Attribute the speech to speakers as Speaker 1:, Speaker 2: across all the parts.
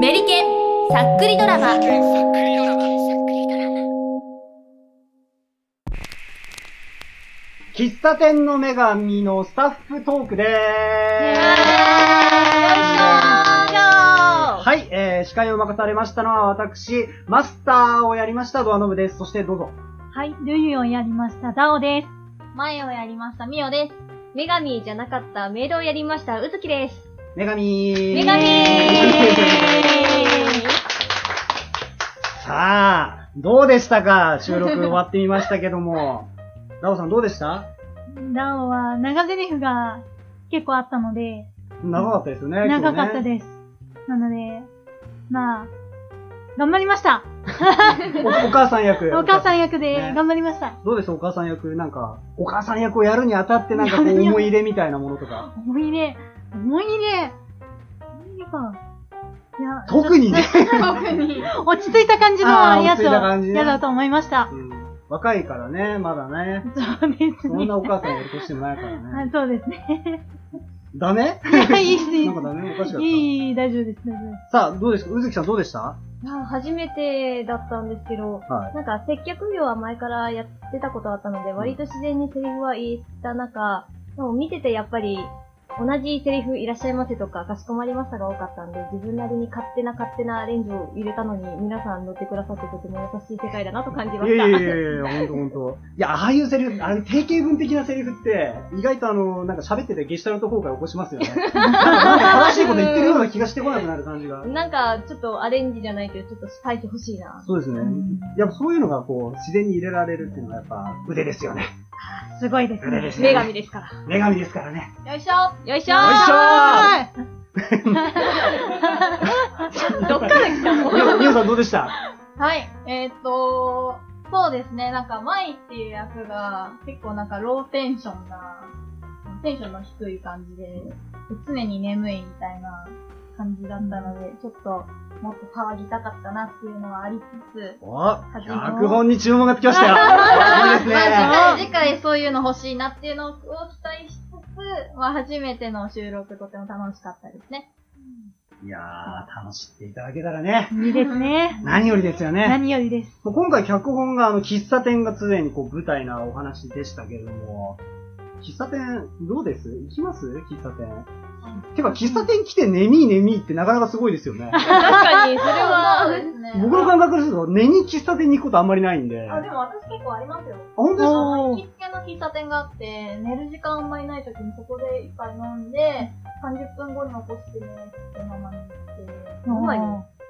Speaker 1: メリケンさっくりドラマ
Speaker 2: 喫茶店の女神のスタッフトークでーす。はい、えー、司会を任されましたのは私、マスターをやりましたドアノブです。そしてどうぞ。
Speaker 3: はい、ルイをやりました、ダオです。
Speaker 4: 前をやりました、ミオです。女神じゃなかったメイドをやりました、うずきです。
Speaker 2: 女神
Speaker 4: 女神
Speaker 2: さあ、どうでしたか収録終わってみましたけど も。ラオさんどうでした
Speaker 3: ダオは長ゼリフが結構あったので、
Speaker 2: 長かったですよね。
Speaker 3: 長かった
Speaker 2: す。
Speaker 3: です。なので、まあ、頑張りました
Speaker 2: おお母さん役。
Speaker 3: お母さ
Speaker 2: ん。
Speaker 3: ん役で
Speaker 2: ね
Speaker 3: 頑張りました。
Speaker 2: どうですお母さん役、なんか、お母さん役をやるにあたってなんかこう
Speaker 3: やるにあ
Speaker 2: 思い入れみたいなものとか。
Speaker 3: 思い入れ、思い入れ、思い入れか。いや、
Speaker 2: 特にね。
Speaker 3: 落ち着いた感じの
Speaker 2: あー
Speaker 3: やつ
Speaker 2: 落ち着いた感じね
Speaker 3: をやだと思いました。
Speaker 2: うん若いからね、まだね。
Speaker 3: そうです
Speaker 2: そん
Speaker 3: ね。
Speaker 2: なお母さんやるとしてもないから
Speaker 3: あ
Speaker 2: ね。
Speaker 3: そうですね。
Speaker 2: ダメ
Speaker 3: いいですいい
Speaker 2: な
Speaker 3: で
Speaker 2: んかダメおかし
Speaker 3: す
Speaker 2: かっ
Speaker 3: いいいい、大丈夫です、大丈夫です。
Speaker 2: た。さあ、どうですかうずきさんどうでしたはい
Speaker 4: や初めてだったんですけど、なんか接客業は前からやってたことあったので、割と自然にセリフは言った中、でも見ててやっぱり、同じセリフいらっしゃいませとか、かしこまりましたが多かったんで、自分なりに勝手な勝手なアレンジを入れたのに、皆さん乗ってくださってとても優しい世界だなと感じま
Speaker 2: い。い
Speaker 4: し
Speaker 2: や
Speaker 4: た。
Speaker 2: いやいやいや、ほんとほんと。いや、ああいうセリフ、あの、定型文的なセリフって、意外とあの、なんか喋っててゲシュタルト崩壊起こしますよ ね。なんか正しいこと言ってるような気がしてこなくなる感じが。
Speaker 4: なんか、ちょっとアレンジじゃないけど、ちょっと書いてほしいな。
Speaker 2: そうですね。やっぱそういうのがこう、自然に入れられるっていうのはやっぱ腕ですよね。
Speaker 3: すごいです
Speaker 2: 腕
Speaker 3: ね。
Speaker 2: ですよ
Speaker 4: 女
Speaker 2: ね。
Speaker 4: 神ですから。
Speaker 2: 女神ですからね。
Speaker 4: よいしょよいしょ
Speaker 2: よいしょー
Speaker 3: はい
Speaker 4: どっから来たの
Speaker 2: みおみおさんどうでした
Speaker 5: はい、えーっと、そうですね、なんか、舞っていう役が、結構なんか、ローテンションな、テンションの低い感じで、常に眠いみたいな感じだったので、ちょっと、もっと騒ぎたかったなっていうのはありつつ、
Speaker 2: お
Speaker 5: 初の
Speaker 2: 脚本に注文がつきましたよ。いいですね。
Speaker 5: まあ、次回、次回そういうの欲しいなっていうのを期待しつつ、まあ、初めての収録とても楽しかったですね。
Speaker 2: いやー、楽しんでいただけたらね、
Speaker 3: いいですね。
Speaker 2: 何よりですよね。
Speaker 3: 何よりです。
Speaker 2: もう今回脚本があの、喫茶店が常にこう舞台なお話でしたけれども、喫茶店、どうです行きます喫茶店。てか、喫茶店来て眠い眠いってなかなかすごいですよね。
Speaker 4: 確かに、それ
Speaker 5: そう
Speaker 4: は、
Speaker 5: ですね。
Speaker 2: 僕の感覚ですと、眠い喫茶店に行くことあんまりないんで。
Speaker 5: あ、でも私結構ありますよ。
Speaker 2: あ本当ですか
Speaker 3: おー
Speaker 5: 行きつけの喫茶店があって、寝る時間あんまりない時にそこで一杯飲んで、30分後に残してね、ってママに言って、
Speaker 4: まい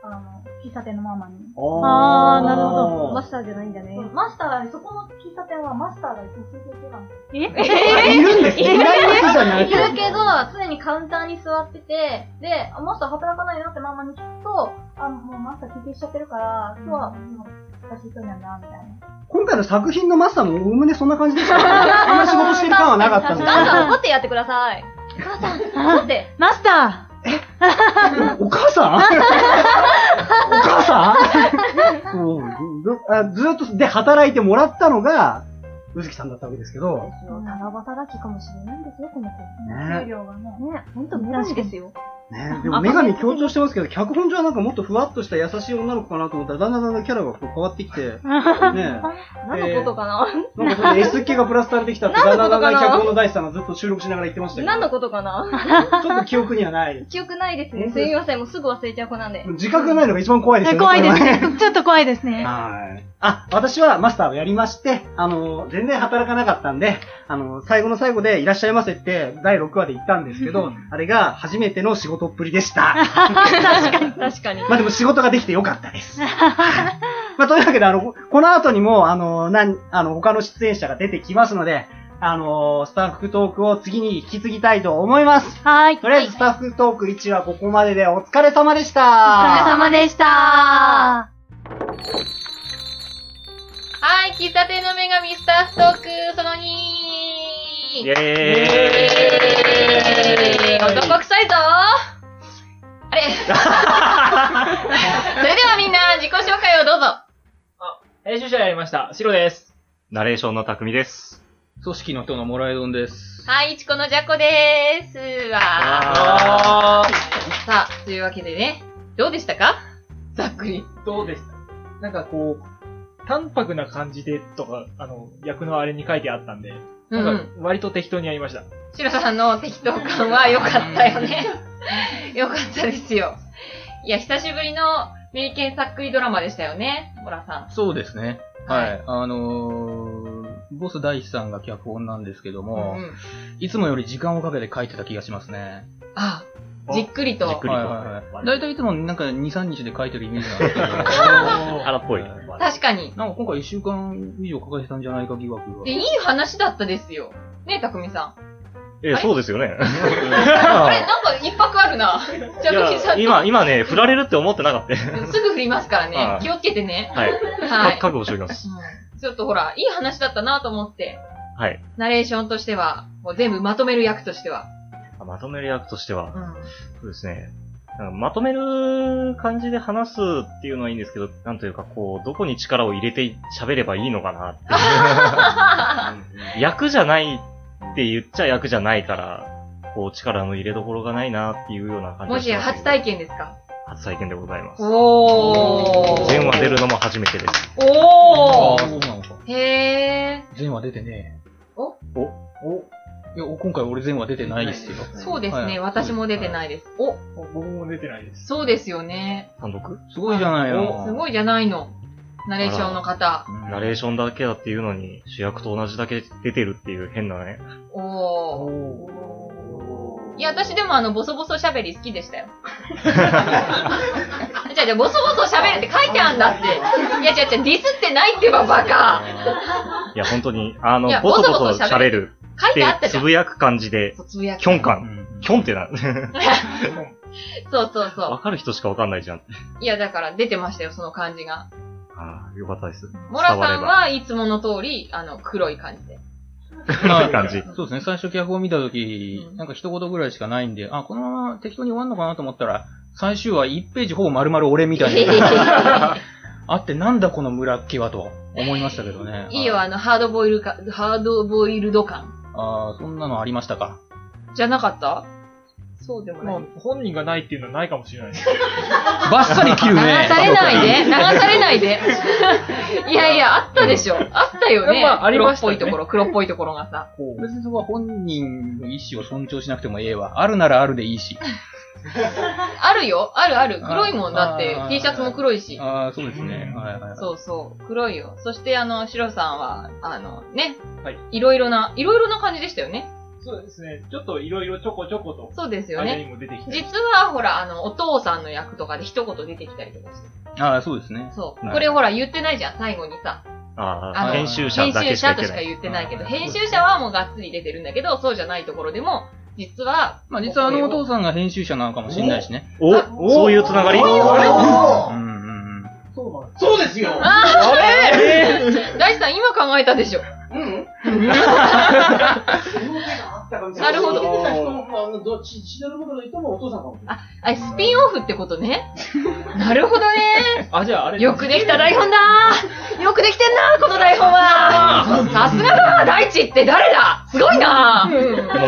Speaker 5: あの、喫茶店のママに。
Speaker 3: あーなるほど
Speaker 4: マスターじゃないんだね。
Speaker 5: マスターが、そこの喫茶店はマスターが一日中てなんです
Speaker 2: あいるんですね。意外な人じゃない
Speaker 5: いる
Speaker 2: い
Speaker 5: けど、常にカウンターに座ってて、で、あマスター働かないのってママに聞くと、あ、もうマスター休憩しちゃってるから、今日は、もう私一人なんだ、みたいな。
Speaker 2: 今回の作品のマスターもおおむねそんな感じでしたね。あんま仕事してる感はなかったん
Speaker 4: お
Speaker 2: で
Speaker 4: 母 さん怒ってやってください。お母さん、怒って。
Speaker 3: マスタ
Speaker 2: お母さんお母さん、うんずあずっとで働いてもらったのが、うずきさんだったわけですけど、
Speaker 4: 七夕だきかもしれないんですよ、この
Speaker 2: ね
Speaker 5: 給料がね。
Speaker 4: 子。ね、ほんと珍しいですよ。
Speaker 2: ねでも女神強調してますけど、脚本上はなんかもっとふわっとした優しい女の子かなと思ったら、だんだんだんだんキャラがこう変わってきて、ね
Speaker 4: 何のことかな
Speaker 2: なんかそれ S 系がプラスされてきたって、だんだんだんだん脚本の大師さんがずっと収録しながら言って ましたけど、
Speaker 4: 何のことかな
Speaker 2: ちょっと記憶にはない。
Speaker 4: 記憶ないです
Speaker 2: 本
Speaker 4: ね。
Speaker 2: 当
Speaker 4: す
Speaker 2: です
Speaker 4: みません、もうすぐ忘れちゃう子なんで。
Speaker 2: 自覚がないのが一番怖いですよ
Speaker 3: ー
Speaker 2: ね。
Speaker 3: 怖いです
Speaker 2: これは
Speaker 3: ね。ちょっと怖いですね。
Speaker 2: はい。あ、私はマスターをやりまして、あの、全然働かなかったんで、あの、最後の最後でいらっしゃいませって、第6話で言ったんですけど、あれが初めての仕事っぷり でした。
Speaker 4: 確かに、確かに。
Speaker 2: まあでも仕事ができてよかったです。はいまあというわけで、あの、この後にも、あの、なん、あの、他の出演者が出てきますので、あの、スタッフトークを次に引き継ぎたいと思います。
Speaker 3: はーい。
Speaker 2: とりあえず、スタッフトーク1はここまででお疲れ様でした。
Speaker 3: お疲れ様でした。
Speaker 5: はい、喫茶店の女神スタッフトーク、その2。
Speaker 2: イエーイ
Speaker 5: 男臭いぞあれそれではみんな、自己紹介をどうぞ。
Speaker 6: 編集者やりました。シロです。
Speaker 7: ナレーションの匠です。
Speaker 6: 組織の人のもらい丼です。
Speaker 5: はい、いちこのじゃこでーすわ
Speaker 7: あ
Speaker 6: あ
Speaker 8: さあ、というわけでね、どうでしたかざっくり。
Speaker 6: どうでしたなんかこう、淡白な感じでとか、あの、役のあれに書いてあったんで、
Speaker 8: うん、う
Speaker 6: なんん。か割と適当にやりました。
Speaker 8: シロさんの適当感は良かったよね。 良かったですよ。いや、久しぶりの名犬さっくりドラマでしたよね、モラさ
Speaker 9: そうですね。
Speaker 8: ん。
Speaker 9: は。い。あのー、ボス大地さんが脚本なんですけど
Speaker 8: うん
Speaker 9: も、
Speaker 8: うん、
Speaker 9: いつもより時間をかけて書いてた気がしますね。
Speaker 8: あ、じっくり
Speaker 7: じっ
Speaker 8: と
Speaker 7: く。りと
Speaker 9: はいはいはい。だいたいいつもなんか2、3日で書いてるイメージなんですけ ど、
Speaker 7: 腹っぽい。
Speaker 8: 確かに。
Speaker 9: なんか今回1週間以上かかってたんじゃないか疑惑が。
Speaker 8: で、いい話だったですよ。ねえ、たくみさん。
Speaker 7: ええ、そうですよね。
Speaker 8: あれ、なんか一泊あるな。じ
Speaker 7: い
Speaker 8: ゃあ、口さ
Speaker 7: や、
Speaker 8: ん、
Speaker 7: 今、今ね、振られるって思ってなかったよ。
Speaker 8: すぐ振りますからね
Speaker 7: は。い
Speaker 8: 気をつけてね。
Speaker 7: はい。
Speaker 8: は
Speaker 7: か
Speaker 8: い。
Speaker 7: 覚悟しておきます。
Speaker 8: うんちょっとほら、いい話だったなと思って、
Speaker 7: はい。
Speaker 8: ナレーションとしては、もう全部まとめる役としては。
Speaker 7: まとめる役としては
Speaker 8: う、ん。
Speaker 7: そうですね。なんかまとめる感じで話すっていうのはいいんですけど、なんというか、こう、どこに力を入れて喋ればいいのかなって いう。役じゃないって言っちゃ役じゃないから、こう、力の入れどころがないなっていうような感じ
Speaker 8: も
Speaker 7: が
Speaker 8: し
Speaker 7: します
Speaker 8: 初体験ですか
Speaker 7: 初体験でございます。
Speaker 8: おー。
Speaker 7: 全話出るのも初めてです。
Speaker 8: お
Speaker 9: ああ、
Speaker 8: ー。
Speaker 9: そうなのか。
Speaker 8: へ
Speaker 9: 全話出てね
Speaker 8: お
Speaker 7: お
Speaker 9: いや、今回俺全話出てないですよ。
Speaker 8: ー。そうです
Speaker 9: は
Speaker 8: ね。
Speaker 9: い
Speaker 8: 私も出てないです。お、
Speaker 6: 僕も出てないです。
Speaker 8: そうですよね。
Speaker 7: 単独
Speaker 9: すごいじゃないの。
Speaker 8: すごいじゃないの。ナレーションの方。
Speaker 9: うん。
Speaker 7: ナレーションだけだっていうのに、主役と同じだけ出てるっていう変なね。
Speaker 8: おー。いや、私でもあの、ボソボソ喋り好きでしたよ。じゃあじゃあボソボソ喋るって書いてあんだって。いや、じゃあじゃあディスってないってば、バカ。
Speaker 7: いや、本当に、あの
Speaker 8: いや、
Speaker 7: ボソボ
Speaker 8: ボソ
Speaker 7: ソ
Speaker 8: ボソ喋
Speaker 7: 喋る
Speaker 8: 書い
Speaker 7: って
Speaker 8: あった
Speaker 7: て、
Speaker 8: じゃ
Speaker 7: つ
Speaker 8: ん。
Speaker 7: ぶやく感じで、
Speaker 8: そうつぶやき
Speaker 7: キョンカン。
Speaker 9: うん
Speaker 7: キョンってな、
Speaker 8: そうそうそ
Speaker 7: わかる人しかわかんないじゃん。
Speaker 8: う。いや、だから出てましたよ、その感じが。
Speaker 7: ああ、よかったです。
Speaker 8: モラさん
Speaker 7: 伝われば
Speaker 8: はいつもの通り、あの、黒い感じで。
Speaker 7: いい感じ。
Speaker 9: そうですね、最初脚本見たとき
Speaker 8: う、ん
Speaker 9: なんか一言ぐらいしかないんで、あ、このまま適当に終わんのかなと思ったら、最終話1ページほぼ丸々俺みた いな。あってなんだこの村っきはと思いましたけどね。
Speaker 8: いいよ、
Speaker 9: あ
Speaker 8: あの、ハードボイルか、ハードボイルド感。
Speaker 9: あー、そんなのありまし たか。
Speaker 8: じゃなかったそうでもな
Speaker 6: まあ
Speaker 8: い。、
Speaker 6: 本人がないっていうのはないかもしれないです。
Speaker 9: ばっさり切る
Speaker 8: 流
Speaker 9: ね。
Speaker 8: されないで、流されない で。いやいや、あったでしょ。あったよね。
Speaker 6: まあありました
Speaker 8: 黒
Speaker 6: ね
Speaker 8: っぽいところ、黒っぽいところがさ。
Speaker 6: こう
Speaker 9: 別にそこは本人の意思を尊重しなくてもええわ。あるならあるでいいし。
Speaker 8: あるよ、あるある。黒いもんだって
Speaker 9: あ、ー
Speaker 8: T シャツも黒いし。
Speaker 9: ああ、そうですね。はいはいはい。
Speaker 8: そうそう、黒いよ。そして、あの、シロさんは、あの、ね、
Speaker 6: はい、
Speaker 8: ろいろな、いろいろな感じでしたよね。
Speaker 6: そうですね。ちょっといろいろちょこちょこと、
Speaker 8: そうですよ
Speaker 6: 間
Speaker 8: ね。
Speaker 6: にも出てきて。
Speaker 8: 実は、ほら、あの、お父さんの役とかで一言出てきたりとかして。
Speaker 9: ああ、そうですね。
Speaker 8: そう。
Speaker 7: はい
Speaker 8: これほら、言ってないじゃん、最後にさ。
Speaker 7: あ
Speaker 8: あ
Speaker 7: あ、
Speaker 8: の
Speaker 7: 編集者
Speaker 8: 編
Speaker 7: だ
Speaker 8: 集
Speaker 7: けしか
Speaker 8: 者
Speaker 7: い
Speaker 8: と
Speaker 7: け
Speaker 8: し
Speaker 7: な
Speaker 8: か
Speaker 7: い。
Speaker 8: 言ってないけど、
Speaker 9: うん
Speaker 8: 編集者はもうがっつり出てるんだけど、そうじゃないところでも、実は、
Speaker 9: まあ実はあのお父さんが編集者なのかもしれないしね。
Speaker 7: おそういうつながり
Speaker 9: うんうんうん。
Speaker 6: そうなんです。
Speaker 10: そうですよ
Speaker 8: 大地さん今考えたでしょ。
Speaker 10: うん
Speaker 8: なるほど
Speaker 10: 聞いてた人もまああのどっち父親のことの人もお父さんかもしれない。
Speaker 8: あ、スピンオフってことね。なるほどね。
Speaker 6: あ、じゃああれ
Speaker 8: よくできた台本だよくできてんなこの台本はさすがだ大地って誰だすごいな
Speaker 7: も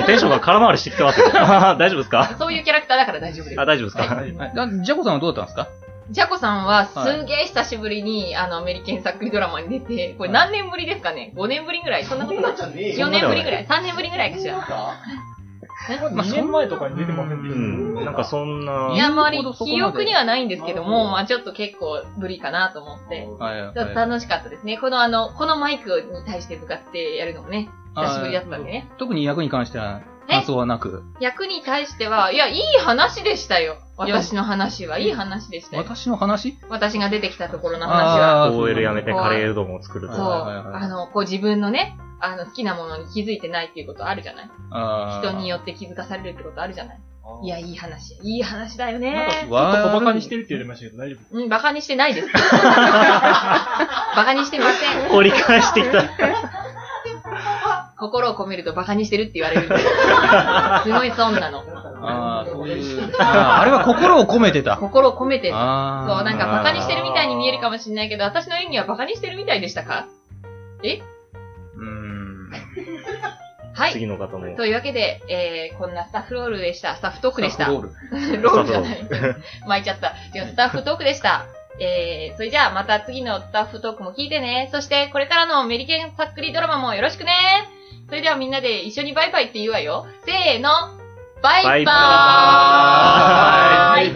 Speaker 7: うテンションが空回りしてきてますよ。 大丈夫ですか
Speaker 8: そういうキャラクターだから大丈夫です
Speaker 7: あ、。大丈夫ですか
Speaker 9: はい、だジャコさんはどうだったんですか
Speaker 8: ジャコさんはすげえ久しぶりに、あの、アメリケン作品ドラマに出て、これ何年ぶりですかね ?5 年ぶりぐらいそんなことない
Speaker 10: じゃねえよ。
Speaker 8: ?4 年ぶりぐらい ?3 年ぶりぐらいかしら。、
Speaker 6: 2年前とかに出てません
Speaker 7: う
Speaker 6: でした。
Speaker 7: ん。なんかそんない
Speaker 8: や、あんまり
Speaker 9: なるほどそこま
Speaker 8: 記
Speaker 9: で
Speaker 8: 憶にはないんですけども、まあちょっと結構ぶりかなと思って。
Speaker 9: はいはい
Speaker 8: ちょっと楽しかったですね。このあの、このマイクに対して向かってやるのもね、久しぶりだったんでね。
Speaker 9: 特に役に関しては感想はなく、
Speaker 8: 役に対しては、いや、いい話でしたよ。私の話は、いい話でしたよ。
Speaker 9: 私の話
Speaker 8: 私が出てきたところの話は。
Speaker 9: あー
Speaker 7: OL やめてカレーうどんを作る
Speaker 8: そ
Speaker 7: と
Speaker 8: う。
Speaker 9: そう
Speaker 7: か。
Speaker 9: はいはいはい
Speaker 8: あの、こう自分のね、あの、好きなものに気づいてないっていうことあるじゃない
Speaker 9: あー
Speaker 8: 人によって気づかされるってことあるじゃないいや、いい話。いい話だよ
Speaker 6: なんか、ちょっ
Speaker 8: ね
Speaker 6: と。小馬鹿にしてるって言われましたけど、大丈夫
Speaker 8: うん、馬鹿にしてないです。 馬鹿にしてません。
Speaker 7: 掘り返してきた。
Speaker 8: 心を込めると馬鹿にしてるって言われるんです。すごい損なの。
Speaker 9: あーそういうあーあれは心を込めてた
Speaker 8: 心を込めてる
Speaker 9: あー
Speaker 8: そう、なんかバカにしてるみたいに見えるかもしれないけど、私の演技はバカにしてるみたいでしたか
Speaker 9: うーん
Speaker 8: はい
Speaker 7: 次の方も。
Speaker 8: というわけで、えー、こんなスタッフロールでした。スタッフトークでした。
Speaker 7: スタッフ
Speaker 8: ーロールじゃない。巻いちゃった。違う、スタッフトークでした。えー、それじゃあまた次のスタッフトークも聞いてね。そしてこれからのメリケンさっくりドラマもよろしくね。それではみんなで一緒にバイバイって言うわよ。せーの、バイバ
Speaker 7: バ
Speaker 8: イ
Speaker 7: イ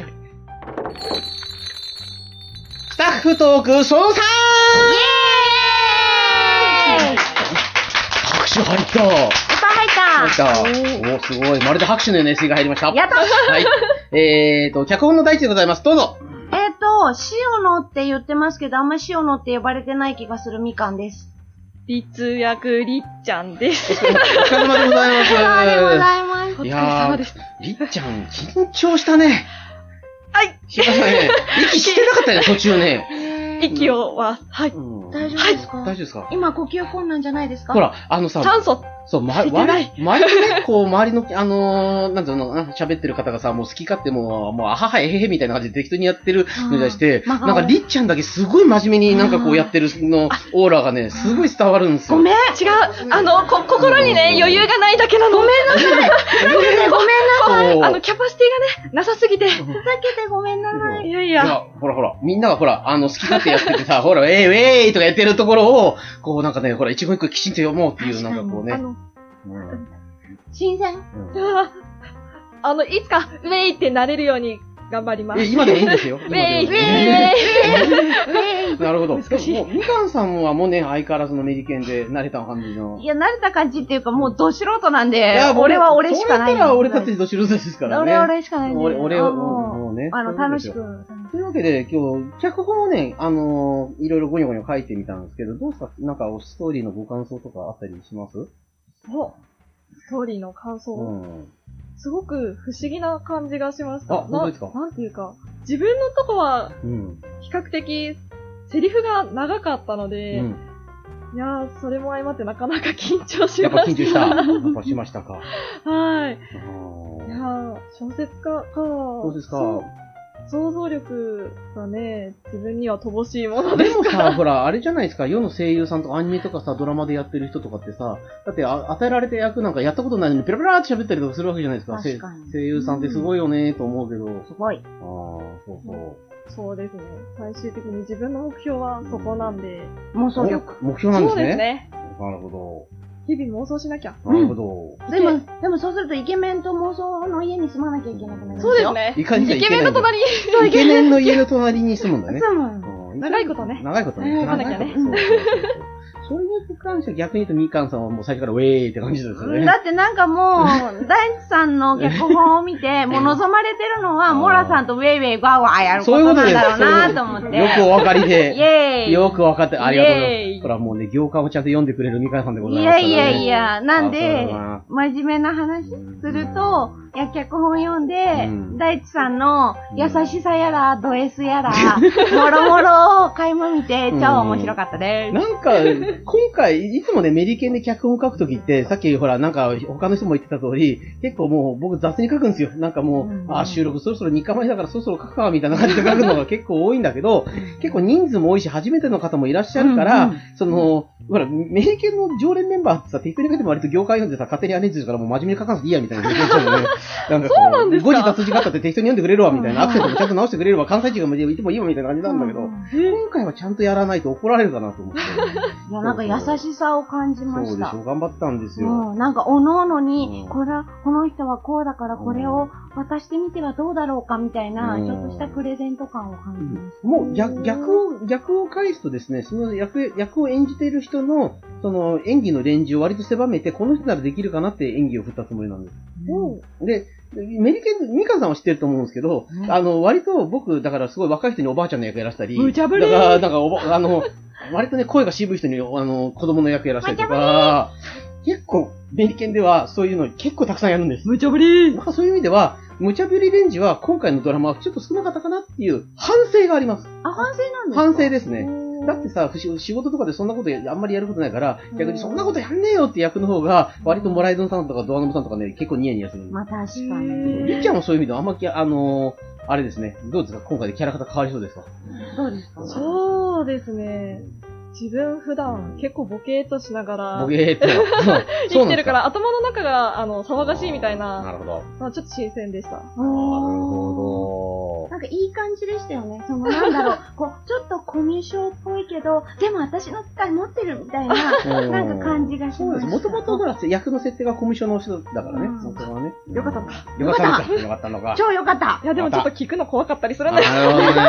Speaker 7: バ
Speaker 8: イ
Speaker 11: スタッフトーク総裁拍手入った
Speaker 1: 入った
Speaker 11: 入ったおーすごい。まるで拍手のような SE が入りました。
Speaker 1: やった
Speaker 11: はい。えーと、脚本の第一でございます。どうぞ
Speaker 12: えっ、と、塩野って言ってますけど、あんま塩野って呼ばれてない気がするみかんです。
Speaker 13: 立役りっちゃんです。お疲
Speaker 11: れ様でございます
Speaker 12: お疲れ様でございます。
Speaker 11: いやー、りっちゃん、緊張したね。はい。しましたね。息してなかったね、途中ね。
Speaker 13: 息をは、はい。
Speaker 12: 大丈夫ですか、
Speaker 11: 大丈夫ですか
Speaker 12: 今呼吸困難じゃないですか
Speaker 11: ほら、、あのさ、
Speaker 13: 酸素。
Speaker 11: そう、ま、
Speaker 12: 入ってな
Speaker 11: 周
Speaker 12: い
Speaker 11: りのね、こう、周りの、あのー、なんていうの、なんか喋ってる方がさ、もう好き勝手もう、もう、あははえへへみたいな感じで適当にやってるのに対して、
Speaker 12: あー真
Speaker 11: な
Speaker 12: 顔
Speaker 11: んか、りっちゃんだけすごい真面目になんかこうやってるの、オーラがね、すごい伝わるんですよ。
Speaker 13: ごめん、違う。あの、こ、心にね、余裕がないだけなの。ごめんなさい。ごめんなさい。あの、キャパシティがね、なさすぎて。ふざけて
Speaker 12: ごめんなさ
Speaker 13: い。いやい
Speaker 11: ほら
Speaker 13: や。、
Speaker 11: ほらほら、みんながほら、あの、好き勝手やっててさ、ほら、えいウえいとかやってるところを、こうなんかね、ほら、一言一句きちんと読もうっていう、なんかこうね。うん
Speaker 12: 新鮮。
Speaker 13: あの、いつか、ウェイってなれるように頑張ります。
Speaker 11: え今でもいいんですよ
Speaker 13: ウェ
Speaker 11: 今でもい
Speaker 13: イ
Speaker 11: い
Speaker 13: ウ
Speaker 11: で
Speaker 13: ェイ
Speaker 11: すなるほど。もう、みかんさんはもうね、相変わらずのメリケンで慣れた感じの。
Speaker 12: いや、慣れた感じっていうか、もうど素人なんで、
Speaker 11: もう
Speaker 12: 俺は俺しかない。
Speaker 11: そうやったら俺たちど素人ですからね。
Speaker 12: 俺俺しかないね
Speaker 11: 俺、俺
Speaker 12: あ
Speaker 11: を、
Speaker 12: もう
Speaker 11: もうね。
Speaker 12: あの、
Speaker 11: そういうこ
Speaker 12: 楽
Speaker 11: とです
Speaker 12: し
Speaker 11: よ
Speaker 12: く。
Speaker 11: というわけで、今日、脚本をね、あのーいろいろゴニョゴニョ書いてみたんですけど、どうですかなんか、ストーリーのご感想とかあったりします
Speaker 13: お、ストーリーの感想。
Speaker 11: うん。
Speaker 13: すごく不思議な感じがしました。
Speaker 11: あ本当ですか
Speaker 13: ななんていうか、自分のとこは
Speaker 11: うん。
Speaker 13: 比較的セリフが長かったので、
Speaker 11: うん
Speaker 13: いやー、それも相まってなかなか緊張しました。
Speaker 11: やっぱ緊張した。やっぱ
Speaker 13: は
Speaker 11: し ましたか。
Speaker 13: い。いやー、小説家か。
Speaker 11: そうですか。
Speaker 13: 想像力がね、自分には乏しいもの
Speaker 11: で
Speaker 13: です
Speaker 11: も
Speaker 13: から。
Speaker 11: さ、ほ ら、あれじゃないですか、世の声優さんとかアニメとかさ、ドラマでやってる人とかってさ、だってあ与えられた役なんかやったことないのに、ペラペラーって喋ったりとかするわけじゃないですか。
Speaker 13: 確かに
Speaker 11: せ声優さんってすごいよねーと思うけど。
Speaker 12: すごい。
Speaker 11: ああ、そうそう。
Speaker 13: そうですね。最終的に自分の目標はそこなんで。
Speaker 12: 妄
Speaker 11: 想力お目標なんで
Speaker 13: そう
Speaker 11: すね
Speaker 13: ですね。
Speaker 11: なるほ
Speaker 13: 日々妄想しなきゃ。
Speaker 11: ど。なるほど。
Speaker 12: でも、でもそうするとイケメンと妄想の家に住まなきゃいけなくなる。
Speaker 13: そうですね。
Speaker 11: いかにじゃいけないんだ
Speaker 13: そう
Speaker 11: イケメンの家の隣に住むんだね。
Speaker 12: そうなんだ
Speaker 11: うん
Speaker 13: 長いことね。
Speaker 11: 長いことね。
Speaker 13: うん行かなきゃね。
Speaker 11: それに関しては逆に言うとみかんさんはもう最初からウェーって感じですよね。
Speaker 12: だってなんかもう、大地さんの脚本を見て、もう望まれてるのは、モラさんとウェイウェイガーワーやることなんだろうなと思って。
Speaker 11: よくお分かりで。
Speaker 12: イェーイ。
Speaker 11: よく分かって、ありがとうござ
Speaker 12: イエー
Speaker 11: いま
Speaker 12: イ
Speaker 11: す。ほら、もうね、行間をちゃんと読んでくれるみかんさんでござい
Speaker 12: い
Speaker 11: ま
Speaker 12: や
Speaker 11: すから、ね。
Speaker 12: いやいや、なん
Speaker 11: あ
Speaker 12: で
Speaker 11: そうだな、
Speaker 12: 真面目な話すると、いや、脚本読んで、
Speaker 11: うん
Speaker 12: 大地さんの優しさやら、ド S やら、もろもろを垣間見て、超面白かったです。
Speaker 11: なんか、今回、いつもね、メリケンで脚本書くときって、さっきほら、なんか、他の人も言ってた通り、結構もう僕雑に書くんですよ。なんかもう、あ、収録そろそろ3日前だからそろそろ書くか、みたいな感じで書くのが結構多いんだけど、結構人数も多いし、初めての方もいらっしゃるから、
Speaker 14: うんうん
Speaker 11: その、ほら、 メリケンの常連メンバーってさ、適当に書いても割と業界読んでさ、勝手にアレンジするからもう真面目に書かなくていいや、みたいな感じで書い てるよね。なんかこう、
Speaker 13: なんですか
Speaker 11: 誤字脱字があったって適当に読んでくれるわ、みたいな。アクセントもちゃんと直してくれれば、関西人がもういてもいいわ、みたいな感じなんだけど、今回はちゃんとやらないと怒られるかなと思って。
Speaker 12: いや、なんか優しさを感じま
Speaker 11: そう
Speaker 12: し
Speaker 11: で
Speaker 12: た
Speaker 11: し。ょ、頑張ったんですよ。
Speaker 12: うん、なんか、おのおのに、これは、この人はこうだから、これを渡してみてはどうだろうか、みたいな、
Speaker 11: うん
Speaker 12: ちょっとしたプレゼント感を感じまし
Speaker 11: もう逆逆を、逆を返すとですね、その役、役を演じている人の、その演技のレンジを割と狭めて、この人ならできるかなって演技を振ったつもりなんです。で、メリケン、ミカさんは知ってると思うんですけど、あの、割と僕、だからすごい若い人におばあちゃんの役やらせたり、
Speaker 13: むちゃぶり
Speaker 11: だから、なんかおば、あの、割とね、声が渋い人に、あの、子供の役やらせたりとか、結構、メリケンではそういうの結構たくさんやるんです。無茶ぶりなんかそういう意味では、無茶ぶりレンジは今回のドラマはちょっと少なかったかなっていう反省があります。
Speaker 12: あ、反省なんですか
Speaker 11: 反省ですね。だってさ、ふし仕事とかでそんなことやあんまりやることないから、逆にそんなことやんねえよって役の方が、割とモライドンさんとかドアノブさんとかね、結構ニヤニヤするん
Speaker 12: た。
Speaker 11: です
Speaker 12: まあ、確か
Speaker 11: よ。
Speaker 12: に。
Speaker 11: りっちゃんもそういう意味ではあんまき、あのーあれですね、どうですか今回でキャラ方変わりそうですか
Speaker 12: どうですか
Speaker 13: そうですね。
Speaker 5: 自分普段結構ボケーっとしながら、
Speaker 11: ボケーっと。そ
Speaker 5: 生
Speaker 11: う。
Speaker 5: きてるから、頭の中が、あの、騒がしいみたいな、
Speaker 11: なるほど。
Speaker 5: まあ、ちょっと新鮮でした。
Speaker 11: ほ
Speaker 12: なんかいい感じでしたよね。そのなん だろう、こう、ちょっとコミュ障っぽいけど、でも私の使い持ってるみたいな、
Speaker 11: うん
Speaker 12: なんか感じがし
Speaker 11: そう
Speaker 12: ま
Speaker 11: で
Speaker 12: し
Speaker 11: す。
Speaker 12: た。
Speaker 11: もともとほら、役の設定がコミュ障の人だからね。元はね。
Speaker 5: よかったんだ。
Speaker 11: よかったのか。よかったのか。
Speaker 12: 超良かった。
Speaker 5: いや、でもちょっと聞くの怖かったりするんだよ
Speaker 11: なるほどね
Speaker 12: それ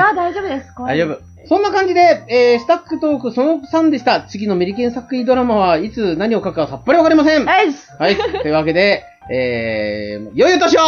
Speaker 12: は大丈夫ですか
Speaker 11: 大丈夫。そんな感じで、えー、スタックトークその3でした。次のメリケン作品ドラマはいつ何を書くかさっぱりわかりません。はい。というわけで、えー、良いお年を良いお年を